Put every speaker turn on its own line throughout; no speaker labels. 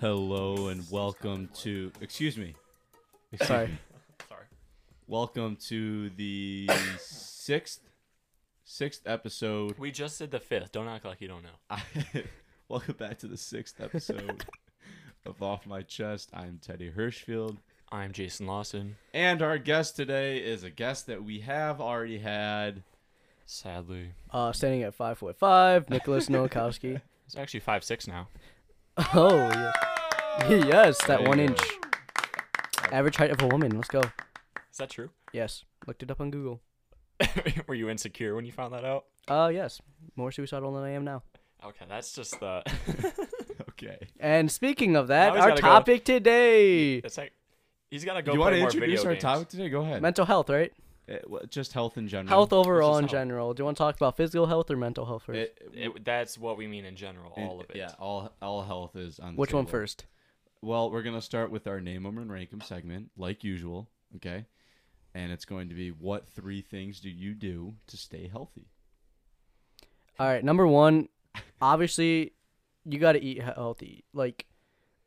Hello and welcome to. Excuse me. Excuse
Sorry.
me. Welcome to the sixth sixth episode.
We just did the fifth. Don't act like you don't know.
welcome back to the sixth episode of Off My Chest. I'm Teddy Hirschfield,
I'm Jason Lawson.
and our guest today is a guest that we have already had.
Sadly,
Uh, standing at five foot five, Nicholas Nowakowski.
he's actually five six now.
Oh yes, yes,
There
that
you
one
go.
inch. Average height of a woman. Let's go.
Is that true?
Yes, looked it up on Google.
Were you insecure when you found that out?
Uh, yes, more suicidal than I am now.
Okay, that's just the.
Okay.
And speaking of that,
always
our
gotta go-
topic today,
it's like he's gotta go.
you
want
want
to
to introduce our
games.
topic today? Go ahead.
mental health, right?
Eh, well, just health in general.
Health overall in
health.
general. Do you want to talk about physical health or mental health first?
It-
It- that's what we mean in general. All of it.
Eh, Yeah, all all health is on. The
Which one
table.
first?
Well, we're gonna start with our name 'em and rank 'em segment, like usual. Okay, and it's going to be what three things do you do to stay healthy?
All right, number one, obviously, you got to eat he- healthy. Like,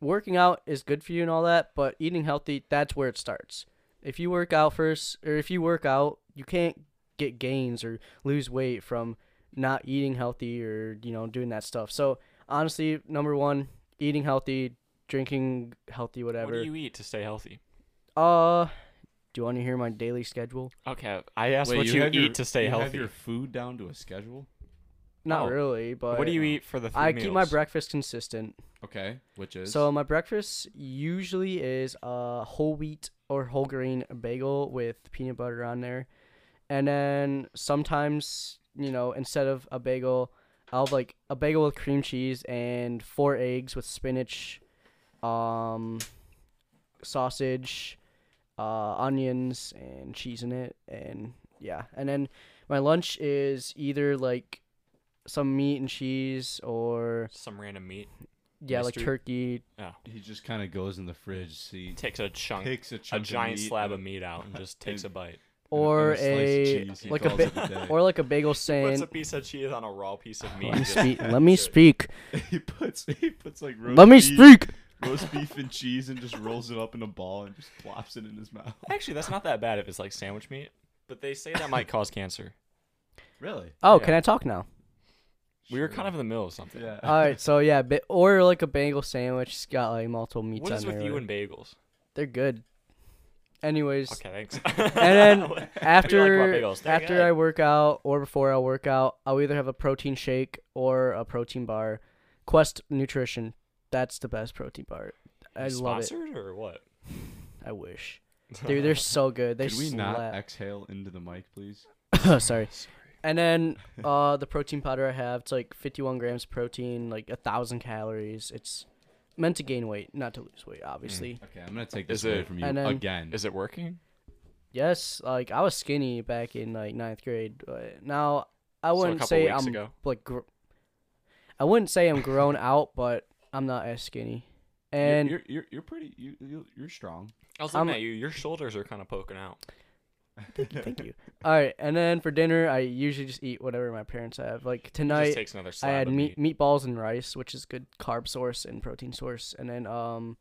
working out is good for you and all that, but eating healthy, that's where it starts. If you work out first, or if you work out, you can't get gains or lose weight from not eating healthy or, you know, doing that stuff. So, honestly, number one, eating healthy, drinking healthy, whatever.
What do you eat to stay healthy?
uh, do you want to hear my daily schedule?
Okay, I asked what you,
have
eat
your-
to stay
you have
healthy.
your food down to a schedule.
Not
Oh,
really, but
What do you eat for the? Three
I keep my
meals?
breakfast consistent.
Okay, which is
So my breakfast usually is a whole wheat or whole grain bagel with peanut butter on there, and then sometimes you know instead of a bagel, I'll have like a bagel with cream cheese and four eggs with spinach, um, sausage, uh, onions and cheese in it, and yeah, and then my lunch is either like some meat and cheese or
Some random meat.
yeah like
Mystery-
turkey
he just kind of goes in the fridge, see,
Takes a chunk,
takes a,
a
chunk of
giant
meat
slab of
and a-
meat out and just takes a bite.
and a-
or
and slice of
a
cheese. He
like a
calls
ba-
it day.
or like a bagel
Puts a
saying.
piece of cheese on a raw piece of meat.
Let me
and just-
speak. Let me speak.
he puts he puts like roast
Let me
beef-
speak.
roast beef and cheese and just rolls it up in a ball and just plops it in his mouth.
Actually, that's not that bad if it's like sandwich meat, but they say that might cause cancer.
Really?
Oh,
Yeah.
can I talk now?
We were kind of Uh, in the middle of something.
yeah.
All right. So yeah, ba- or like a bagel sandwich. It's got like multiple meats
What
on
is
there.
with you and bagels?
They're good. Anyways,
Okay, thanks.
and then
about
after
bagels? They're
after
good.
I work out or before I work out, I'll either have a protein shake or a protein bar. Quest Nutrition. That's the best protein bar. I love it.
Sponsored or what?
I wish. Dude, they're so good. They
Could we not
slap.
exhale into the mic, please?
Sorry. And then uh the protein powder I have, it's like 51 grams of protein, like a thousand calories. It's meant to gain weight, not to lose weight,
Mm.
obviously.
Okay, I'm gonna take
Is
this away
it-
from you
And then-
again.
Is it working?
Yes, like I was skinny back in like ninth grade, but now I
So a
wouldn't
couple
say
weeks
I'm
ago.
like gr- I wouldn't say I'm grown out, but I'm not as skinny.
You're-
And
you're, you're you're pretty you you- you're strong.
I was
I'm-
looking at you. Your shoulders are kind of poking out.
thank you. All right, and then for dinner, I usually just eat whatever my parents have. Like
It
tonight,
just takes another
I
slab
had
of
meat,
meat.
meatballs and rice, which is good carb source and protein source. And then, um,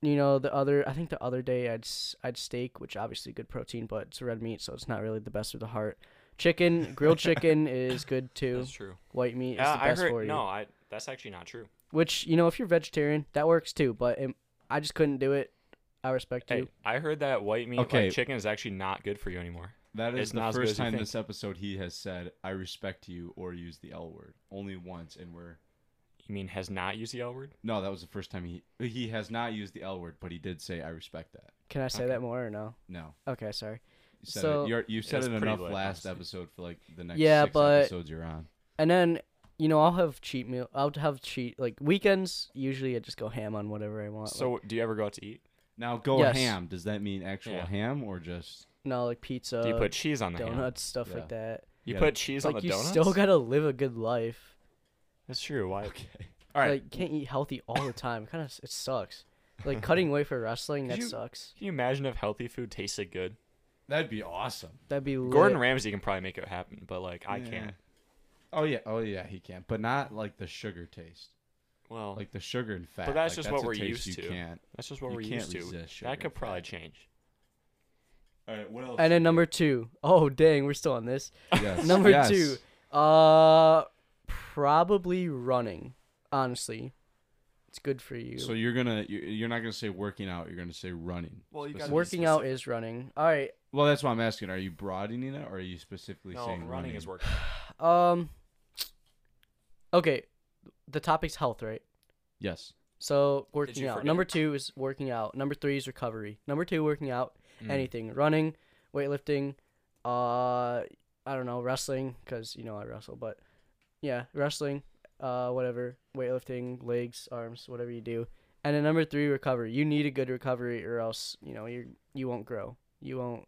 you know, the other I think the other day I'd s- I'd steak, which obviously good protein, but it's red meat, so it's not really the best for the heart. Chicken, grilled chicken is good too.
That's true.
White meat is
Yeah,
the
I
best
heard.
for you.
No, I. That's actually not true.
Which you know, if you're vegetarian, that works too. But it, I just couldn't do it. I respect
Hey,
you.
I heard that white meat,
Okay.
like chicken, is actually not good for you anymore.
That is
It's
the
not as good
first
as you
time
think.
this episode he has said I respect you or use the L word only once, and we're
You mean has not used the L word?
no. That was the first time he he has not used the L word, but he did say I respect that.
Can I say
okay.
that more or no?
No,
Okay, sorry.
you said
So-
it. You're, you said
was
it
pretty
enough
lit,
last
honestly.
episode for like the next
Yeah,
six
but-
episodes you're on.
And then you know, I'll have cheat meal. I'll have cheat like weekends. Usually, I just go ham on whatever I want. like-
So, do you ever go out to eat?
Now go
Yes.
ham. Does that mean actual
Yeah.
ham or just?
No, like pizza,
Do you put cheese on the ham?
donuts, stuff
Yeah.
like that.
You
Yeah.
put cheese
Uh,
on
like
the
you
donuts.
still gotta live a good life.
That's true. Why?
Okay. All right.
Like you can't eat healthy all the time. It kind of it sucks. Like cutting weight for wrestling,
Could
that
you-
sucks.
Can you imagine if healthy food tasted good?
That'd be awesome.
That'd be lit.
Gordon Ramsay can probably make it happen, but like I
Yeah.
can't.
Oh yeah. Oh yeah. He can, but not like the sugar taste.
Well,
like the sugar and fat.
But that's
like,
just what
a
we're
taste
used
you
to.
Can't.
that's just what
you
we're
can't
used to.
resist sugar
That could
and
probably
fat.
change.
All right, what else?
And then number two. Oh dang, we're still on this.
Yes,
number
yes.
two. Uh, probably running. Honestly, it's good for you.
So you're gonna you- you're not gonna say working out. You're gonna say running.
Well, you gotta
specifically.
Working
be
out is running. All right.
Well, that's why I'm asking. Are you broadening it, or are you specifically
No,
saying
running, is working.
Um. Okay, the topic's health, right?
Yes.
So
you
working out.
forget?
Number two is working out. Number three is recovery. Number two, working out.
Mm.
Anything, running, weightlifting. Uh, I don't know, wrestling, cause you know I wrestle, but yeah, wrestling. Uh, whatever, weightlifting, legs, arms, whatever you do. And then number three, recovery. You need a good recovery, or else you know you you won't grow. You won't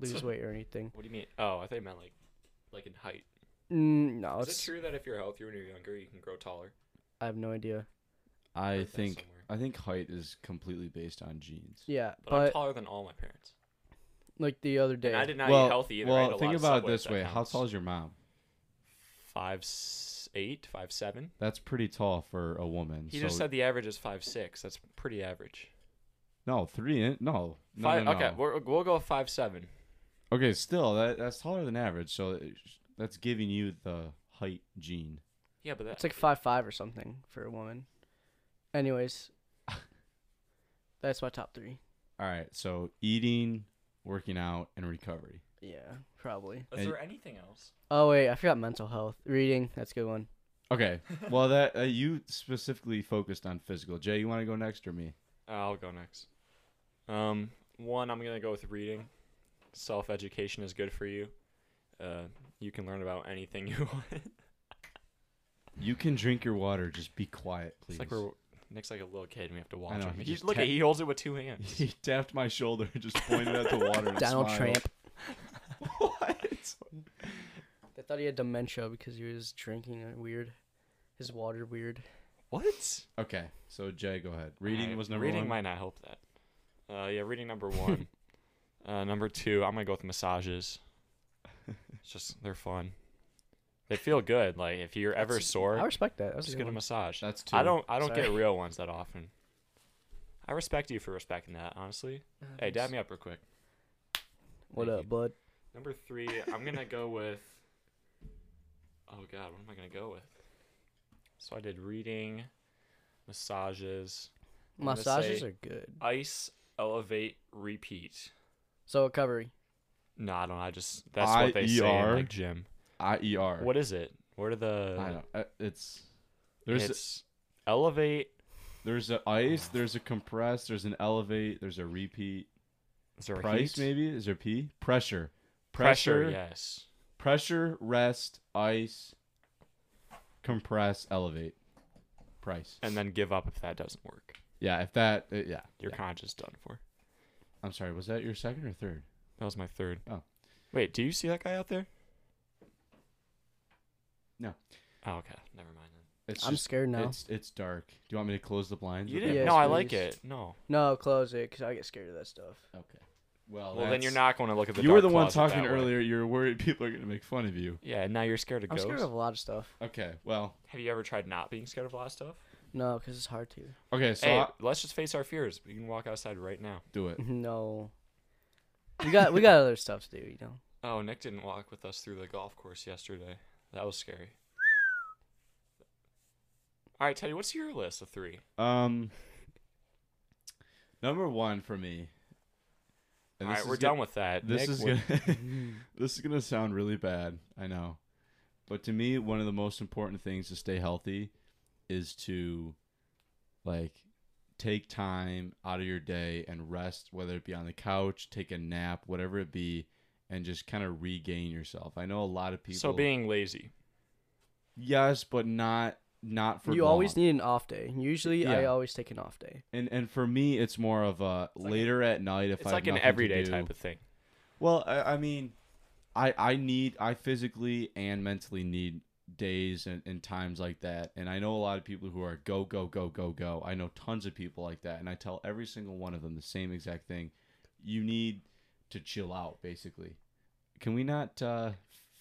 lose weight or anything.
What do you mean? Oh, I thought you meant like, like in height.
Mm, no,
Is it
it's,
true that if you're healthier when you're younger, you can grow taller?
I have no idea.
I
Heard that
think
somewhere.
I think height is completely based on genes.
Yeah,
But, I'm
but
taller than all my parents.
like the other day,
And I did not
well,
eat healthy either. I
well,
ate a
think
lot of
about it
Subway, if
this
that
way: how
counts.
tall is your mom?
Five, s- eight, five, seven.
That's pretty tall for a woman.
He
so
just said the average is five six. That's pretty average.
no three in no no,
Five,
no,
Okay,
no.
we're, we'll go five seven.
okay. Still, that that's taller than average. So it- that's giving you the height gene.
Yeah, but that's
It's like five five or something for a woman. Anyways, that's my top three.
All right. So eating, working out, and recovery.
Yeah, probably.
Hey.
Is there anything else?
Oh wait, I forgot mental health. Reading, that's a good one.
Okay. Well, that uh, you specifically focused on physical. Jay, you want to go next or me?
Uh, I'll go next. Um, one, I'm gonna go with reading. Self education is good for you. Uh, you can learn about anything you want.
You can drink your water. Just be quiet, please.
It's like we're Nick's like a little kid, and we have to watch
know,
him.
he
He-
just
look, at
tap-
he holds it with two hands.
he tapped my shoulder and just pointed at the water. And
Donald
smiled.
Trump.
What?
They thought he had dementia because he was drinking it weird. His water weird.
what?
Okay. So Jay, go ahead. Reading
Alright,
was number
reading
one.
might not help that. Uh, yeah, reading number one. uh, number two, I'm gonna go with massages. It's just they're fun. They feel good. Like if you're ever
That's-
sore,
I respect that. That's a
just
good
get a
one.
massage.
That's two.
I don't. I don't get
Sorry.
real ones that often. I respect you for respecting that. Honestly. Hey, dab me up real quick.
What
Thank
up,
you.
bud?
Number three, I'm gonna go with. Oh God, what am I gonna go with? So I did reading, massages, I'm gonna
Massages
say-
are good.
ice, elevate, repeat.
So recovery.
No, I don't. know, I just that's what they say in
IER?
like gym.
I E R.
What is it? What are the?
I don't. uh, It's there's
it's elevate.
there's a ice. There's a compress. There's an elevate. There's a repeat.
Is there a
Price
heat?
maybe is there P? Pressure.
Pressure. Yes.
Pressure, rest, ice, compress, elevate, price.
And then give up if that doesn't work.
yeah, if that, uh, yeah.
Your
yeah.
conscience done for.
I'm sorry, was that your second or third?
That was my third.
Oh.
Wait, do you see that guy out there?
No.
Oh, okay. Never mind. Then.
It's
I'm
just,
scared now.
It's it's dark. Do you want me to close the blinds?
You
with
didn't.
that?
Yes,
no, I like
please.
it. No.
No, close it because I get scared of that stuff.
Okay. Well,
Well, then you're
that's-
not going to look at the.
You were
dark
the one
closet that
talking
way.
earlier. You're worried people are gonna make fun of you.
Yeah, and now you're scared of
I'm
ghosts.
scared of a lot of stuff.
Okay. Well.
Have you ever tried not being scared of a lot of stuff?
No, because it's hard to.
Okay. So
hey,
I-
let's just face our fears. We can walk outside right now.
do it.
No. We got we got other stuff to do, you know.
Oh, Nick didn't walk with us through the golf course yesterday. That was scary. All right, Teddy, what's your list of three?
Um. Number one for me.
All
and
right,
this
we're
is gonna-
done with that.
This
Nick,
is
what-
gonna
Mm-hmm.
this is gonna sound really bad. I know, but to me, one of the most important things to stay healthy is to like take time out of your day and rest, whether it be on the couch, take a nap, whatever it be, and just kind of regain yourself. I know a lot of people.
so being lazy.
yes, but not not for
you always
long.
need an off day. Usually, I
Yeah.
always take an off day.
and and for me, it's more of a
like
later at night if
It's
I
like an everyday type of thing.
Well, I, I mean, I I need I physically and mentally need days and, and times like that. And I know a lot of people who are go go go go go. I know tons of people like that, and I tell every single one of them the same exact thing. You need to chill out, basically. Can we not uh,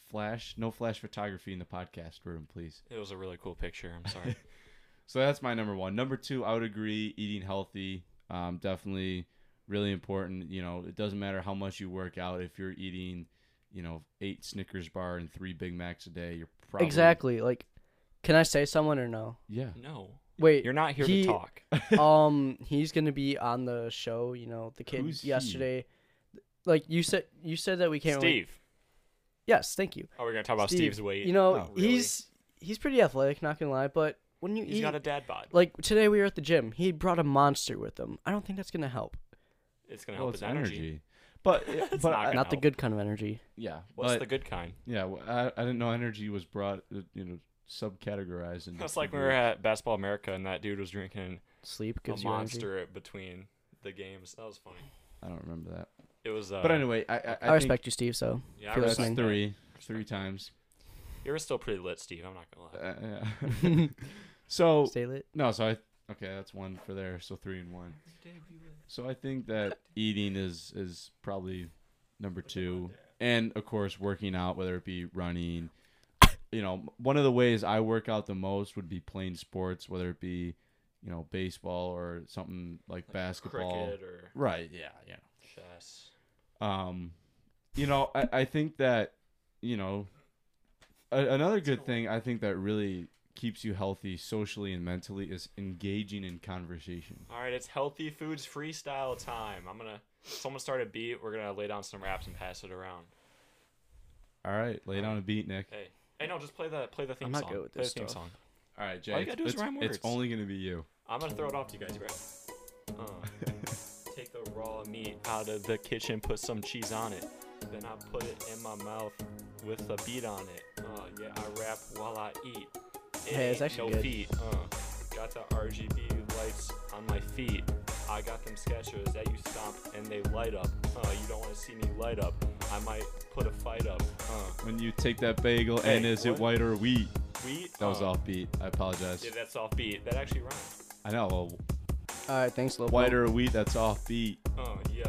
flash no flash photography in the podcast room, please?
It was a really cool picture. I'm sorry.
So that's my number one. Number two, I would agree, eating healthy, um, definitely really important. You know, it doesn't matter how much you work out if you're eating, you know, eight Snickers bar and three Big Macs a day. You're probably
Exactly. Like, can I say someone or no?
Yeah,
No,
Wait.
you're not here
He-
to talk.
um, he's gonna be on the show. You know, the kid
Who's he?
yesterday. Like you said, you said that we can't. really-
Steve.
Yes, thank you.
Oh, we're gonna talk about
Steve,
Steve's weight.
You know,
Oh,
really?
he's he's pretty athletic, not gonna lie. But when you
he's
eat,
got a dad bod.
like today we were at the gym, he brought a monster with him. I don't think that's gonna help.
It's gonna
well,
help
it's
his energy.
energy. But
It's
but
not
I,
gonna-
Not the
help.
good kind of energy.
yeah,
What's
but
the good kind?
yeah, well, I, I didn't know energy was brought uh, you know subcategorized. into
That's like when
people.
we were at Basketball America and that dude was drinking
Sleep
a
gives you energy.
monster between the games. That was funny.
I don't remember that.
It was. Uh,
but anyway, I I, I,
I,
think
respect you, Steve. So
Yeah, I
for
that's
listening.
respect that.
three three
Respect that.
times.
You were still pretty lit, Steve. I'm not gonna lie.
Uh, yeah. so
stay lit.
no, so I okay, that's one for there. So three and one. So I think that eating is is probably number two, and of course working out, whether it be running. You know, one of the ways I work out the most would be playing sports, whether it be, you know, baseball or something like, basketball.
Cricket or
Right? Yeah, yeah.
chess.
Um, you know, I, I think that, you know, a, another good thing I think that really keeps you healthy socially and mentally is engaging in conversation.
All right, it's healthy foods freestyle time. I'm gonna. Someone start a beat. We're gonna lay down some raps and pass it around.
All right, lay down a beat, Nick.
Hey, hey, no, just play the play the theme
I'm not
song.
good with
play
this
the theme
stuff.
song.
All right, Jay.
All you
it's-
gotta do is
it's,
rhyme
it's
words.
only gonna be you.
I'm gonna throw it off to you guys, right? Uh, take the raw meat out of the kitchen, put some cheese on it. Then I put it in my mouth with a beat on it. Uh, yeah, I rap while I eat. It
Hey, it's
ain't
actually
no
good.
feet. Uh, got the RGB lights on my feet. I got them sketchers that you stomp and they light up. Uh, you don't want to see me light up. I might put a fight up. Uh,
When you take that bagel and
Hey,
is it
what?
white or wheat?
we.
That was
uh,
off beat. I apologize.
Yeah, that's off beat. That actually rhymes.
I know. Well,
All right, thanks, Lobo.
white or wheat? That's off beat.
Uh, yeah.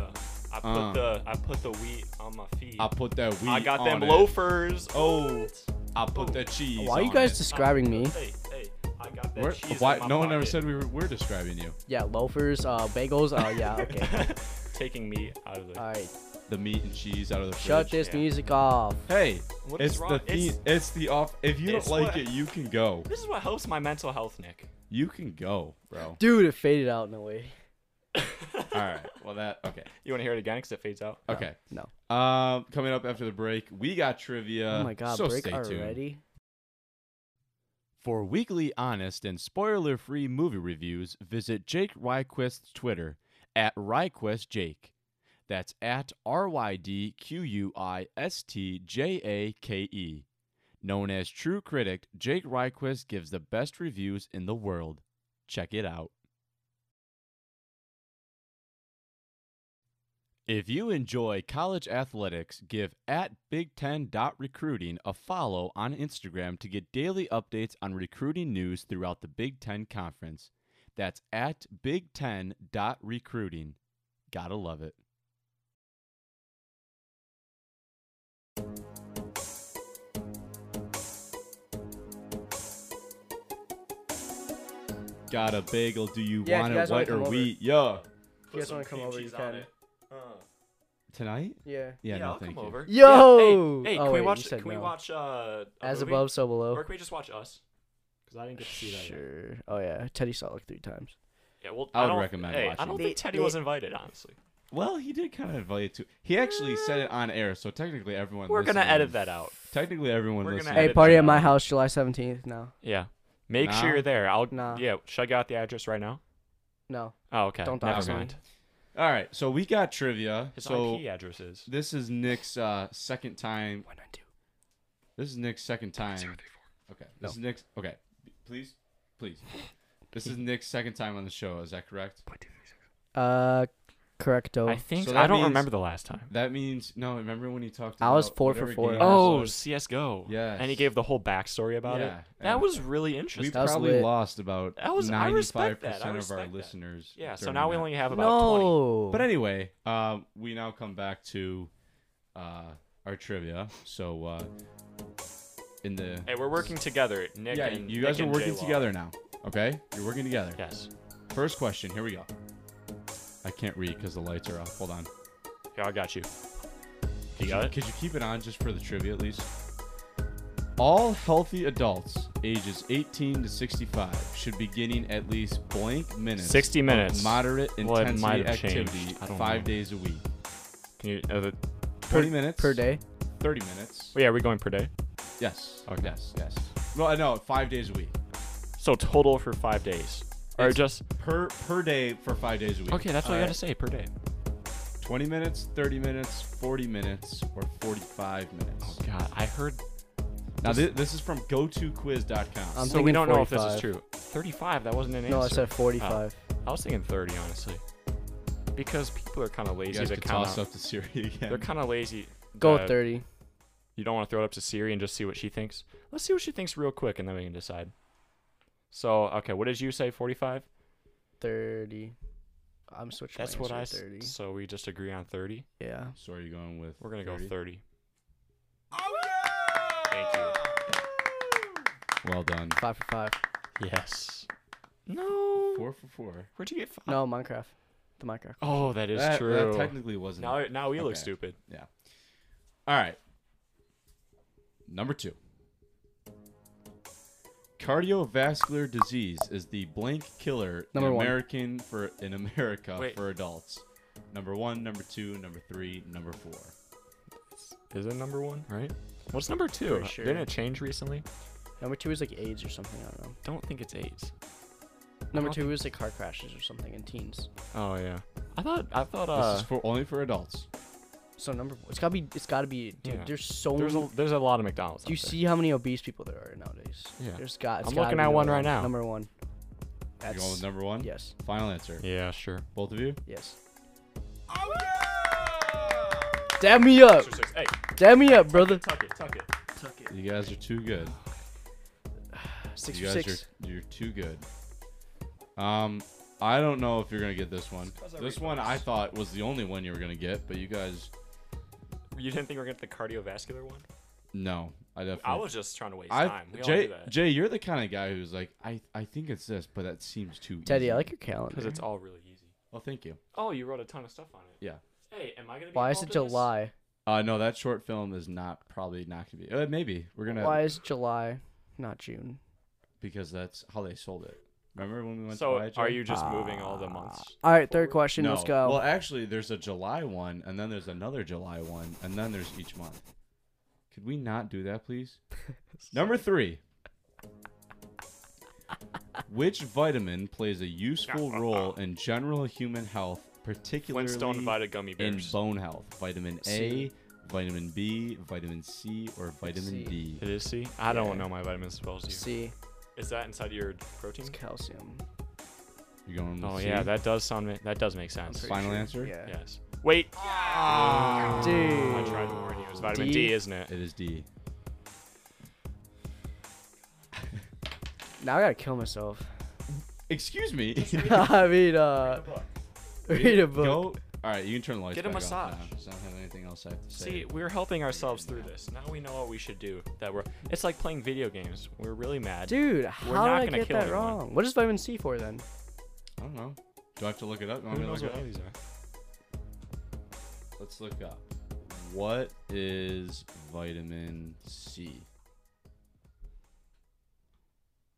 I put
Uh.
the I put the wheat on my feet.
I put that wheat.
I got them
on it.
loafers.
Oh,
What?
I put that cheese.
Why are you
on
guys
it.
describing me?
Hey, hey, I got that
We're-
cheese.
why?
in my
No one ever
pocket.
said we were, we're describing you.
Yeah, loafers, uh, bagels. Oh yeah, okay.
Taking meat out of the.
All right,
The meat and cheese out of the
shut
fridge.
this
yeah.
music off.
Hey,
What
it's
is
the
wrong?
theme. It's,
It's-
the off. If you don't
it's
like
what-
it, you can go.
this is what helps my mental health, Nick.
You can go, bro.
Dude, it faded out in a way.
All right. Well, that okay.
You want to hear it again because it fades out.
Okay.
No.
Um, coming up after the break, we got trivia.
Uh,
oh my god,
so
break
stay tuned.
already.
For weekly honest and spoiler free movie reviews, visit Jake Ryquist's Twitter at RyquistJake. That's at R Y D Q U I S T J A K E. Known as True Critic, Jake Ryquist gives the best reviews in the world. Check it out. If you enjoy college athletics, give at Big Ten Recruiting a follow on Instagram to get daily updates on recruiting news throughout the Big Ten Conference. That's at Big Ten Recruiting. Gotta love it. Got a bagel? Do you
Yeah, if
want
you
it
guys wanna
white or
come over.
wheat? Yeah.
You guys wanna come over, you can.
Uh,
Tonight?
Yeah.
Yeah, no,
I'll
thank
come
you.
over.
Yo!
Yeah, hey, hey,
Oh, wait,
can we
you
watch?
said
Can we
no.
watch? Uh, a
As
movie?
above, so below.
Or can we just watch us? Because I didn't get to see that. yet.
Sure. Oh yeah, Teddy saw it like three times.
Yeah, well,
I would
don't-
recommend
hey, I
watching
don't
it.
think Teddy was invited, honestly.
Well, he did kind of invite you to. He actually said it on air, so technically everyone.
We're gonna
listening-
edit that out.
Technically, everyone.
We're gonna
listening-
Hey,
edit
party
that
at my
out.
house, July seventeenth. No,
Yeah. Make
Nah.
sure you're there. I'll.
Nah.
Yeah. Should I get out the address right now?
no.
Oh, okay.
Don't
Never
dox me.
mind.
All right, so we got trivia.
His
so
IP address is.
this is Nick's uh, second
Mm.
time.
One nine two.
This is Nick's second time. Okay. This is Nick's. Okay. Please, please. This is Nick's second time on the show. Is that correct?
Uh, correcto.
I think
So that
I don't
means-
remember the last time.
That means no. Remember when he talked?
I was
about
four for
whatever
four.
game it
Oh,
was?
CS:GO.
Yes.
And he gave the whole backstory about
Yeah,
it. That
and
was really
we
interesting.
That was
probably
lit.
lost about
That was- I
ninety-five
respect that.
percent
I
of our
respect that.
listeners.
yeah. So
during
now we
that.
only have about twenty.
no.
But anyway, um, we now come back to uh, our trivia. So uh, in the
Hey, we're working together, Nick.
yeah,
and
you guys
Nick
are
and
working
J-Law.
together now. Okay? You're working together.
Yes.
First question. Here we go. I can't read because the lights are off. Hold on.
Here, I got you.
Could
You got it?
Could you keep it on just for the trivia at least? All healthy adults ages 18 to 65 should be getting at least blank minutes.
60
of
minutes.
Moderate
Well, it might
intensity
have changed.
activity
I don't
five
know.
days a week.
Can you, uh, the,
20 minutes.
per day.
30 minutes.
wait, are we going per day?
Yes.
Okay.
Yes. Yes. Well, I know five days a week.
So total for five days. Or
It's-
just.
Per per day for five days a week.
Okay, that's what I
Alright.
gotta say per day.
20 minutes, 30 minutes, 40 minutes, or 45 minutes.
Oh, God. I heard.
Now, this, this is from gotoquiz.com.
I'm
so we
thinking
don't know if this
45.
is true. 35, that wasn't an answer.
No, I said
Oh.
45.
I was thinking 30, honestly. Because people are kind of
you
lazy
guys
to
could toss
kind of.
up to Siri again.
They're kind of lazy.
Go
to-
with 30.
You don't want to throw it up to Siri and just see what she thinks. Let's see what she thinks real quick, and then we can decide. So, okay, what did you say? Forty-five.
30. I'm switching.
That's
my
what I.
answer
s-
to 30.
So we just agree on thirty.
Yeah.
so are you going with?
We're gonna
30?
go thirty.
Thank you. Well done.
Five for five.
Yes. No.
Four for four.
Where'd you get five?
No, Minecraft. The Minecraft.
Oh, that is
That- that
true.
technically wasn't.
now,
it.
now we look
Okay.
stupid.
Yeah. All right. Number two. Cardiovascular disease is the blank killer
Number
in
one.
American for in America
Wait.
for adults. Number one, number two, number three, number four.
Is it number one? Right. What's number two?
Pretty sure.
Didn't it change recently?
Number two is like AIDS or something. I don't know.
Don't think it's AIDS.
Number
don't
two is like car crashes or something in teens.
Oh yeah. I thought. I thought.
this
Uh.
is for only for adults.
So number it's gotta be it's gotta be dude.
Yeah.
There's so
There's
many.
a there's a lot of McDonald's.
Do you
out there.
see how many obese people there are nowadays?
Yeah.
There's got. it's
I'm
gotta
looking
be
at one
number
right now.
Number one.
You're going with
That's-
number one.
Yes.
Final answer.
Yeah, sure.
Both of you.
Yes. Dab me up.
Six, six. Hey,
Dab me up, brother.
tuck it, tuck it.
Tuck it.
You guys are too good.
Six
you
for
guys
six.
are you're too good. Um, I don't know if you're gonna get this one.
'cause I
This
read
one
books.
I thought was the only one you were gonna get, but you guys,
You didn't think we were gonna get the cardiovascular one?
no, I definitely.
I was just trying to waste
I-
time. We all
Jay,
do that.
Jay, you're the kind of guy who's like, I, I think it's this, but that seems too.
Teddy,
easy.
I like your calendar.
Because it's all really easy.
Oh, thank you.
Oh, you wrote a ton of stuff on it.
Yeah.
Hey, am I gonna? Be
Why is it
involved in this?
July?
Uh, no, that short film is not probably not gonna be. Uh, maybe we're gonna
Why is July not June?
because that's how they sold it. Remember when we went
So
to July, Jay?
are you just moving all the months?
All right, third question.
No.
Let's go.
Well, actually, there's a July one, and then there's another July one, and then there's each month. Could we not do that, please? Number three. Which vitamin plays a useful role in general human health, particularly
Flintstone invited gummy
in
bears.
bone health? Vitamin A,
C.
vitamin B, vitamin C, or vitamin
C.
D?
it is C. I don't
Yeah.
know my vitamin spells. Here.
C.
Is that inside your protein?
It's calcium.
You're going with
Oh
C?
yeah, that does sound. ma- That does make
I'm
sense.
pretty
Final answer?
Yeah.
Yes. Wait. I
Dude.
tried to warn you. It's vitamin D,
D.
isn't it?
It is D.
Now I gotta kill myself.
Excuse me.
I mean, uh, read a book.
Go. All right, you can turn the lights
Get a
back off
massage.
now, 'cause I don't have anything else I have to say.
See, we're helping ourselves through this. Now we know what we should do. That we're. It's like playing video games. We're really mad.
Dude, how
not
did
gonna
I get
kill
that
anyone.
wrong? What is vitamin C for then?
I don't know. Do I have to look it up? You want me
Who
to
knows
look it up?
what all these are?
Let's look up. What is vitamin C?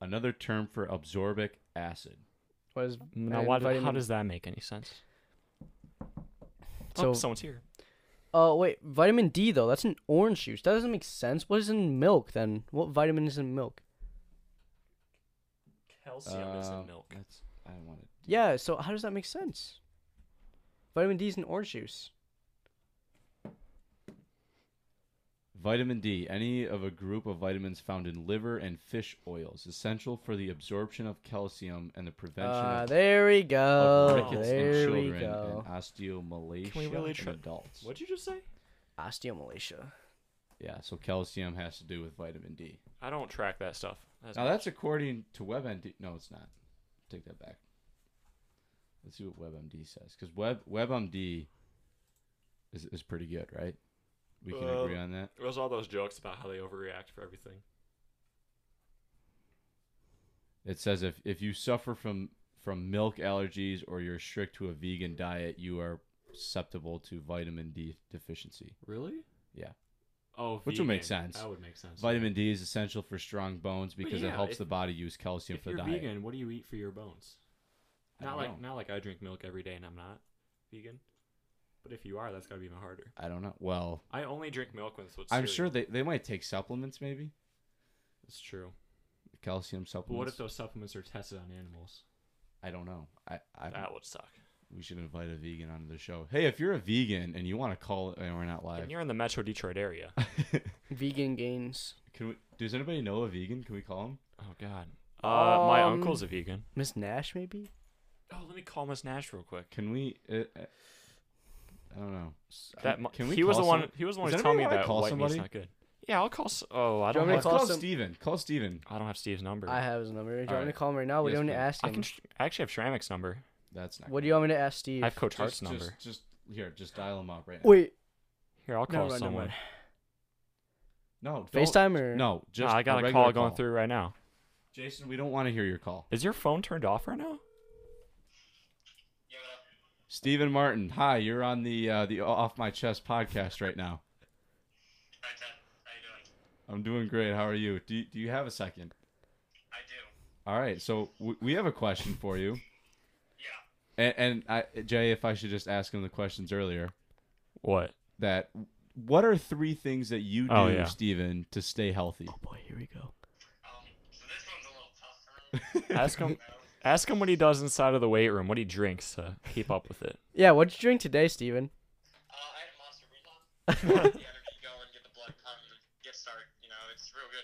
Another term for absorbic acid.
What is
Now,
and
why, do- how
vitamin-
does that make any sense?
So-
oh, someone's here.
Oh wait, vitamin D though. That's in orange juice. That doesn't make sense. What is in milk then? What vitamin is in milk?
Calcium is
Uh,
in milk.
That's I wanted.
Yeah. So how does that make sense? Vitamin D is in orange juice.
Vitamin D, any of a group of vitamins found in liver and fish oils, essential for the absorption of calcium and the prevention
Uh,
of,
there we
of
go.
rickets in
There we
children
go.
and osteomalacia
really
in
try-
adults.
What'd you just say?
Ah, Osteomalacia.
Yeah, so calcium has to do with vitamin D.
I don't track that stuff. That's
Now that's according to WebMD. No, it's not. Take that back. Let's see what WebMD says, because Web WebMD is is pretty good, right? We can
Uh,
agree on that.
it was all those jokes about how they overreact for everything.
It says if, if you suffer from from milk allergies or you're strict to a vegan diet, you are susceptible to vitamin D deficiency.
Really?
Yeah.
Oh,
Which would make
vegan.
sense.
That would make sense.
Vitamin D is essential for strong bones because it
yeah,
helps
if-
the body use calcium
If
for
you're
the diet.
vegan, what do you eat for your bones?
I
Not
don't
like
know.
not like I drink milk every day and I'm not vegan. But if you are, that's gotta be even harder.
I don't know. Well,
I only drink milk when it's with
I'm sure
cereal.
they, they might take supplements maybe.
it's true.
Calcium
But what
supplements.
if those supplements are tested on animals?
I don't know. I, I
That would suck.
we should invite a vegan onto the show. Hey, if you're a vegan and you want to call and we're not
And
live.
you're in the Metro Detroit area.
Vegan gains.
Can we does anybody know a vegan? Can we call him?
Oh God. Uh, my
Um,
uncle's a vegan.
Miss Nash, maybe?
Oh, let me call Miss Nash real quick.
Can we uh, uh, I don't know.
That mu-
can we
he was
call
the one.
some-
He was the one
Does
who told me
anybody wanna
that
call
white
somebody?
meat's not good. Yeah, I'll call. S- oh, I
Do you want
don't.
me
Let's
to
Have,
call,
call
call
some-
Steven. Call Steven.
I don't have Steve's number.
I have his number. Do you want me
Alright.
to call him right now? What do
Yes,
you want me to
please.
ask
I
him?
can. Sh- I actually have Shramik's number.
That's not
what
gonna
do you want me to ask Steve?
I have Coach
work.
Hart's
Just-
number.
Just, just here, just dial him up right now.
Wait,
Here, I'll call
Never mind, never
someone.
mind.
No, don't-
FaceTime or
No,
No,
just
I got a,
regular
call going through right now.
Jason, we don't want to hear your call.
Is your phone turned off right now?
Stephen Martin, hi. You're on the uh, the Off My Chest podcast right now.
Hi, Ted. How you doing?
I'm doing great. How are you? Do Do you have a second?
I do.
All right. So w- we have a question for you.
Yeah.
And, and I, Jay, if I should just ask him the questions earlier,
What?
that what are three things that you do,
Oh, yeah.
Steven, to stay healthy?
Oh boy, here we go.
Um, so this one's a little tough for me.
Ask him.
No. Uh,
Ask him what he does inside of the weight room. What he drinks to keep up with it.
Yeah, what'd you drink today, Steven?
Uh, I had a monster meatloaf. Get the energy going, get the blood pumping, get started. You know, it's real good.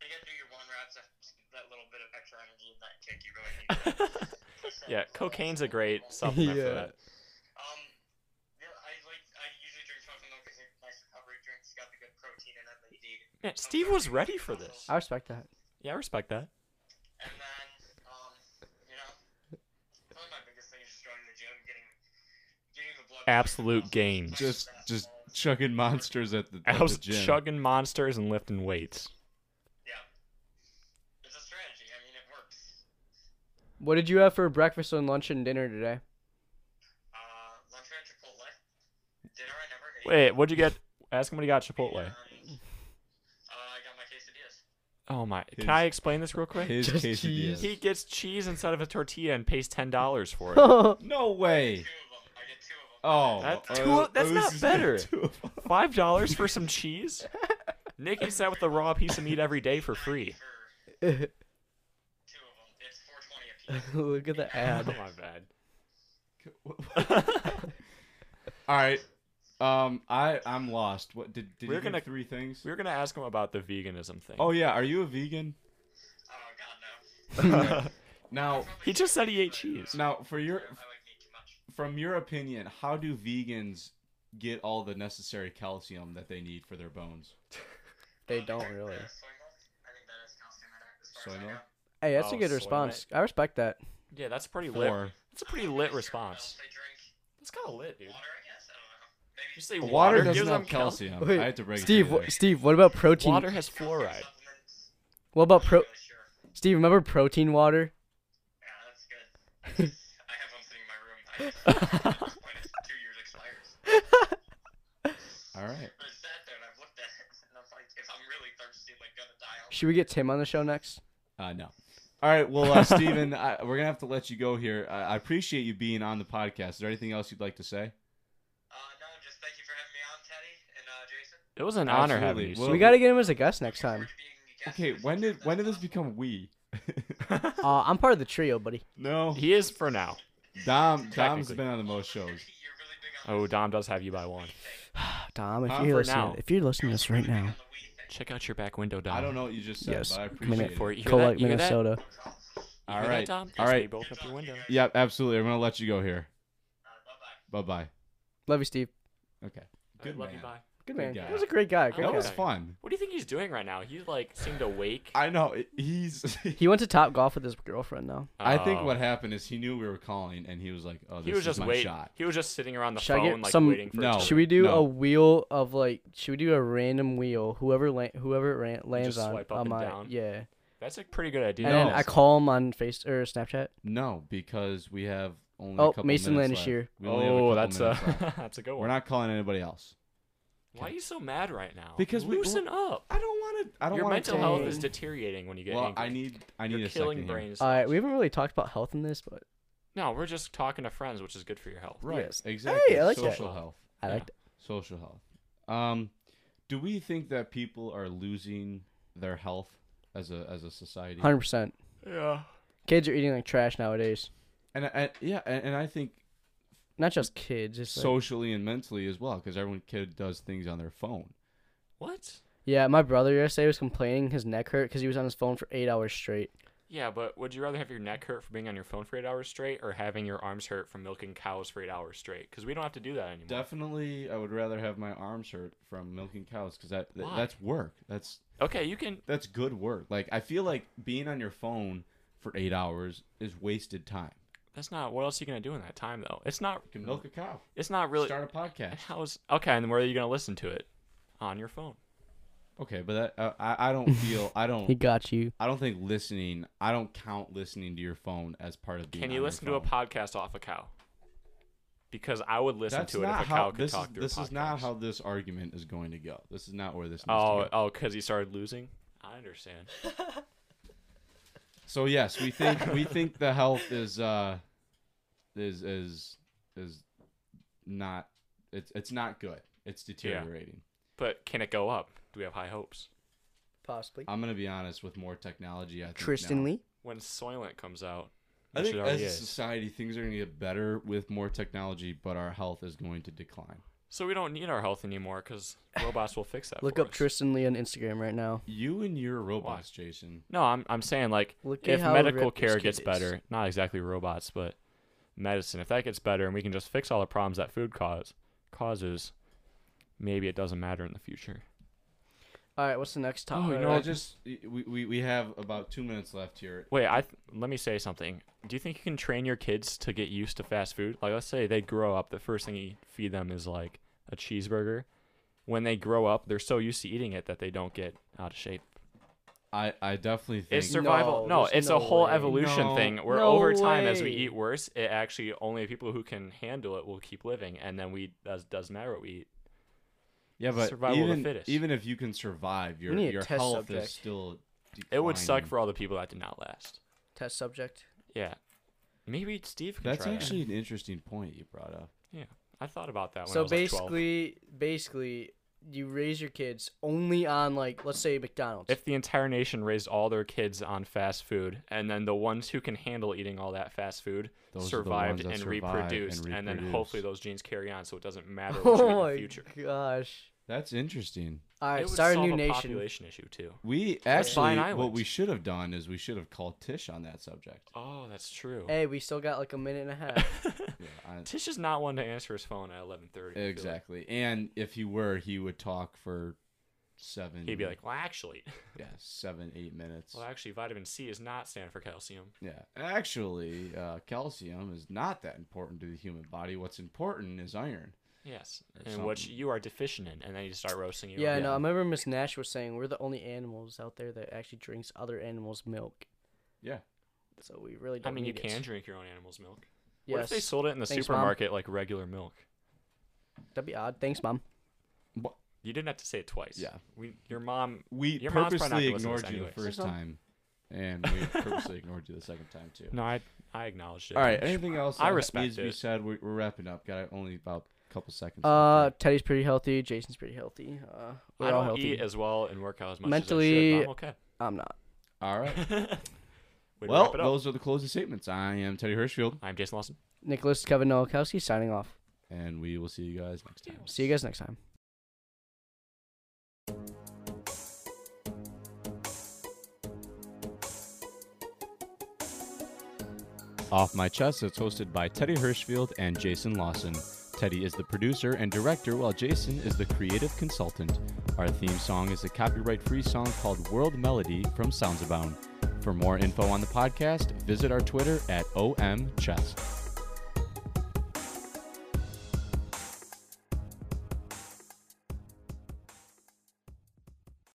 When you got to do your one reps, that, that little bit of extra energy, that kick you really need.
Yeah, cocaine's a great supplement
Yeah.
for that.
Um, yeah, I like. I usually drink chocolate milk because it's a nice recovery drink. It's got the good protein in it that you need.
Man, Steve was ready for this.
I respect that.
Yeah, I respect that.
And then, um, you know, probably my biggest thing is just going to the gym, getting, getting the blood.
Absolute gains.
Just just chugging monsters at the, at
I was
the gym.
chugging monsters and lifting weights.
Yeah. It's a strategy. I mean, it works.
What did you have for breakfast and lunch and dinner today?
Uh, lunch at Chipotle. Dinner I never ate.
Wait, what'd you get? Ask him what he got at Chipotle.
And, uh, I got my quesadillas.
Oh my!
His-
Can I explain this real quick?
His
Just
quesadillas.
cheese.
He gets cheese inside of a tortilla and pays ten dollars for it.
Wait,
No way.
Two of them. I get two of them.
Oh,
That-
uh,
two- that's
this
not
is-
better.
two of 'em.
Five dollars for some cheese? Nick eats that with a raw piece of meat every day for free.
For two of them. It's 420 a piece.
Look at the
Oh
ad.
my bad.
All right. Um, I I'm lost. What did did
We're
you
gonna-
do three things?
We were gonna ask him about the veganism thing.
Oh yeah, are you a vegan?
Oh, God, no.
Now,
he just said he ate cheese.
now for your
I like meat too much.
from your opinion, how do vegans get all the necessary calcium that they need for their bones?
They
Uh,
don't
drink,
really.
Uh, soy milk. I think that is calcium in it. As far
Soy
as I
milk?
know.
Hey, that's a
Oh,
good
soy
response. I respect that.
Yeah, that's pretty lit.
Or
That's a pretty lit
Cereal
response.
milk, They drink
That's kind of lit, dude.
water, I guess. I don't know. Maybe
You say
water,
water
doesn't
gives
have
them cal-
calcium.
Wait,
Um, I had to break
Steve,
it. to you
what, Steve, what about protein?
Water has fluoride.
Supplements.
What about
I'm
Oh, pro?
not really sure.
Steve, remember protein water?
Yeah, that's good. I just- I have one sitting in my room. I just, at this point, it's two years expires.
there. All right.
But it's sat there and I've looked at it and I'm like, if I'm really thirsty, I'm like gonna die. I'll
Should we get Tim on the show next?
Uh, no. All right. Well, uh, Steven, I, we're gonna have to let you go here. I, I appreciate you being on the podcast. Is there anything else you'd like to say?
Uh, no, just thank you for having me on, Teddy and uh, Jason.
It was an honor having
Absolutely.
you.
Well-
We
Steve.
gotta get him as a guest next
Looking
time.
forward to being a guest
Okay.
on the
When
future,
did when did this
that's awesome.
become we?
Uh, I'm part of the trio, buddy.
no.
he is for now.
Dom Dom's
Technically.
been on the most shows.
You're really big on
Oh,
this
Dom does have you by one.
Dom, if
Huh?
you're
For
listening,
now.
if you're listening to this right now,
on the Wii thing.
Check out your back window, Dom.
I don't know what you just said,
yes,
but I
Minute
appreciate
for
it.
You hear
Colac,
that? You hear that?
Minnesota.
You
All
hear that,
right.
Dom?
All
Yes,
right.
we both up your window.
Yeah, absolutely. I'm gonna let you go here.
Uh, bye-bye.
Bye bye.
Love you, Steve.
Okay.
All right,
Good
love
man.
you, bye.
Good
Good man.
guy.
He was a great guy. Great
That
Okay.
was
guy.
fun.
What do you think he's doing right now? He like seemed awake.
I know it- he's.
He went to Top Golf with his girlfriend though.
I think
Oh.
what happened is he knew we were calling, and he was like, "Oh, this
he was
is
just
my
waiting.
shot."
He was just sitting around the
Should I
phone,
get
like
some-
waiting for.
No.
it to
Should we do
No.
a wheel of like? Should we do a random wheel? Whoever la- whoever it ran- lands
Just
on,
swipe up
on
and
my
down?
yeah.
That's a pretty good idea.
and then
No.
I call him on Face or Snapchat.
No, because we have only a
Oh,
couple
Mason
minutes left.
Landishear.
We only have a couple
oh, that's
minutes left.
a that's a good
We're
one.
not calling anybody else.
Why are you so mad right now?
Because we-
loosen up.
I don't want to. I don't
Your
wanna
mental
take-
health is deteriorating when you get
Well,
angry.
I need. I need
You're
a
killing
second here.
brains.
All right, we haven't really talked about health in this, but
No, we're just talking to friends, which is good for your health.
Right.
Yes.
Exactly.
Hey, I like that.
Social health.
I
Yeah.
like that.
Social health. Um, do we think that people are losing their health as a as a society?
hundred percent.
Yeah.
Kids are eating like trash nowadays.
And I, I- yeah, and, and I think
Not just kids. It's like-
socially and mentally as well, because everyone kid does things on their phone.
What?
yeah, my brother yesterday was complaining his neck hurt because he was on his phone for eight hours straight.
Yeah, but would you rather have your neck hurt from being on your phone for eight hours straight, or having your arms hurt from milking cows for eight hours straight? Because we don't have to do that anymore.
Definitely, I would rather have my arms hurt from milking cows because that, that
Why?
that's work. That's
okay, you can.
that's good work. Like I feel like being on your phone for eight hours is wasted time.
That's not. What else are you gonna do in that time though? It's not.
You can milk a cow.
It's not really.
Start a podcast.
How's okay? And then where are you gonna listen to it? On your phone.
Okay, but that, uh, I I don't feel I
He
Oh.
don't
got you.
I don't think listening I don't count listening to your phone as part of being.
Can
on
you
your
listen to a
phone.
podcast off a cow? Because I would listen
That's
to it
not
if a
how,
cow could
this
talk
is,
through
This
a podcast.
is not how this argument is going to go. This is not where this. Needs
Oh,
to go.
oh, because he started losing. I understand.
So yes, we think we think the health is uh is is is not it's it's not good. It's deteriorating.
But can it go up? Do we have high hopes?
Possibly.
I'm gonna be honest with more technology. I think
Tristan
now-
Lee.
When Soylent comes out,
I
which
think
it
as
already
a
is.
society, things are gonna get better with more technology, but our health is going to decline.
So we don't need our health anymore because robots will fix that.
Look
for
up
us.
Tristan Lee on Instagram right now.
You and your robots, Jason.
No, I'm I'm saying like
Look at
if
how
medical
ripped this
care
kid
gets
is.
better, not exactly robots, but medicine. If that gets better and we can just fix all the problems that food cause causes, maybe it doesn't matter in the future.
All right, what's the next
Oh,
topic?
you
No,
know-
I just we, we, we have about two minutes left here.
Wait, I th- let me say something. Do you think you can train your kids to get used to fast food? Like, let's say they grow up, the first thing you feed them is like a cheeseburger. When they grow up, they're so used to eating it that they don't get out of shape.
I, I definitely think
It's survival.
No,
No,
there's
it's
no
a whole
way.
evolution
No.
thing where
No
over time, as we
way.
eat worse, it actually only people who can handle it will keep living, and then we does doesn't matter what we eat.
yeah, but
survival of the
even,
fittest.
even if you can survive, your
need a
your
test
health
subject.
is still. Declining.
It would suck for all the people that did not last.
Test subject.
Yeah, maybe Steve can
That's
try that.
actually an interesting point you brought up.
Yeah, I thought about that. When I
so
was like, 12.
basically, basically, you raise your kids only on like let's say McDonald's.
if the entire nation raised all their kids on fast food and then the ones who can handle eating all that fast food
Those are the
survived
ones that
and,
survive and
reproduced, and then
reproduce.
hopefully those genes carry on so it doesn't matter what you eat
oh
in
my
the future
gosh!
That's interesting.
All right,
it would
start a
solve
new
a
nation.
population issue too
We
Fine
actually, what
Island.
we should have done is we should have called Tish on that subject.
oh that's true
Hey, we still got like a minute and a half.
Yeah, I-
tish is not one to answer his phone at 11.30
exactly. And if he were, he would talk for seven.
he'd be like well actually
yeah, seven, eight minutes.
well actually vitamin c is not stand for calcium
Yeah, actually, uh, calcium is not that important to the human body. What's important is iron.
yes
Or
and which
something.
you are deficient in and then you start roasting you
yeah,
up.
no, I remember Miss Nash was saying we're the only animals out there that actually drinks other animals' milk.
Yeah.
So we really
i
don't.
mean you
need it.
can drink your own animal's milk
Yes,
what if they sold it in the
Thanks, Mom.
supermarket like regular milk
that'd be odd. Thanks, mom.
You didn't have to say it twice.
Yeah.
We, your mom.
We
Your mom's probably
purposely
not gonna listen to
ignored
this
you the
anyways.
first
That's all.
time, and we purposely ignored you the second time too.
No, I, I acknowledged it.
All right. Anything else?
I
that
respect
needs to be
it.
said. We're, we're wrapping up. Got only about a couple seconds.
Uh,
left
Teddy's pretty healthy. Jason's pretty healthy. Uh, we're
I
all
don't
healthy.
eat as well and work out as much
Mentally-
as I should. but
I'm not.
here. All right.
I'm okay. Way to
Well,
wrap it up.
those are the closing statements. I am Teddy Hirschfield,
I'm Jason Lawson.
Nicholas Kevin Nowakowski signing off.
and we will see you guys next time.
See you guys next time.
Off My Chest is hosted by Teddy Hirschfield and Jason Lawson. Teddy is the producer and director, while Jason is the creative consultant. Our theme song is a copyright free song called World Melody from Soundsabound. For more info on the podcast, visit our Twitter at OMChest.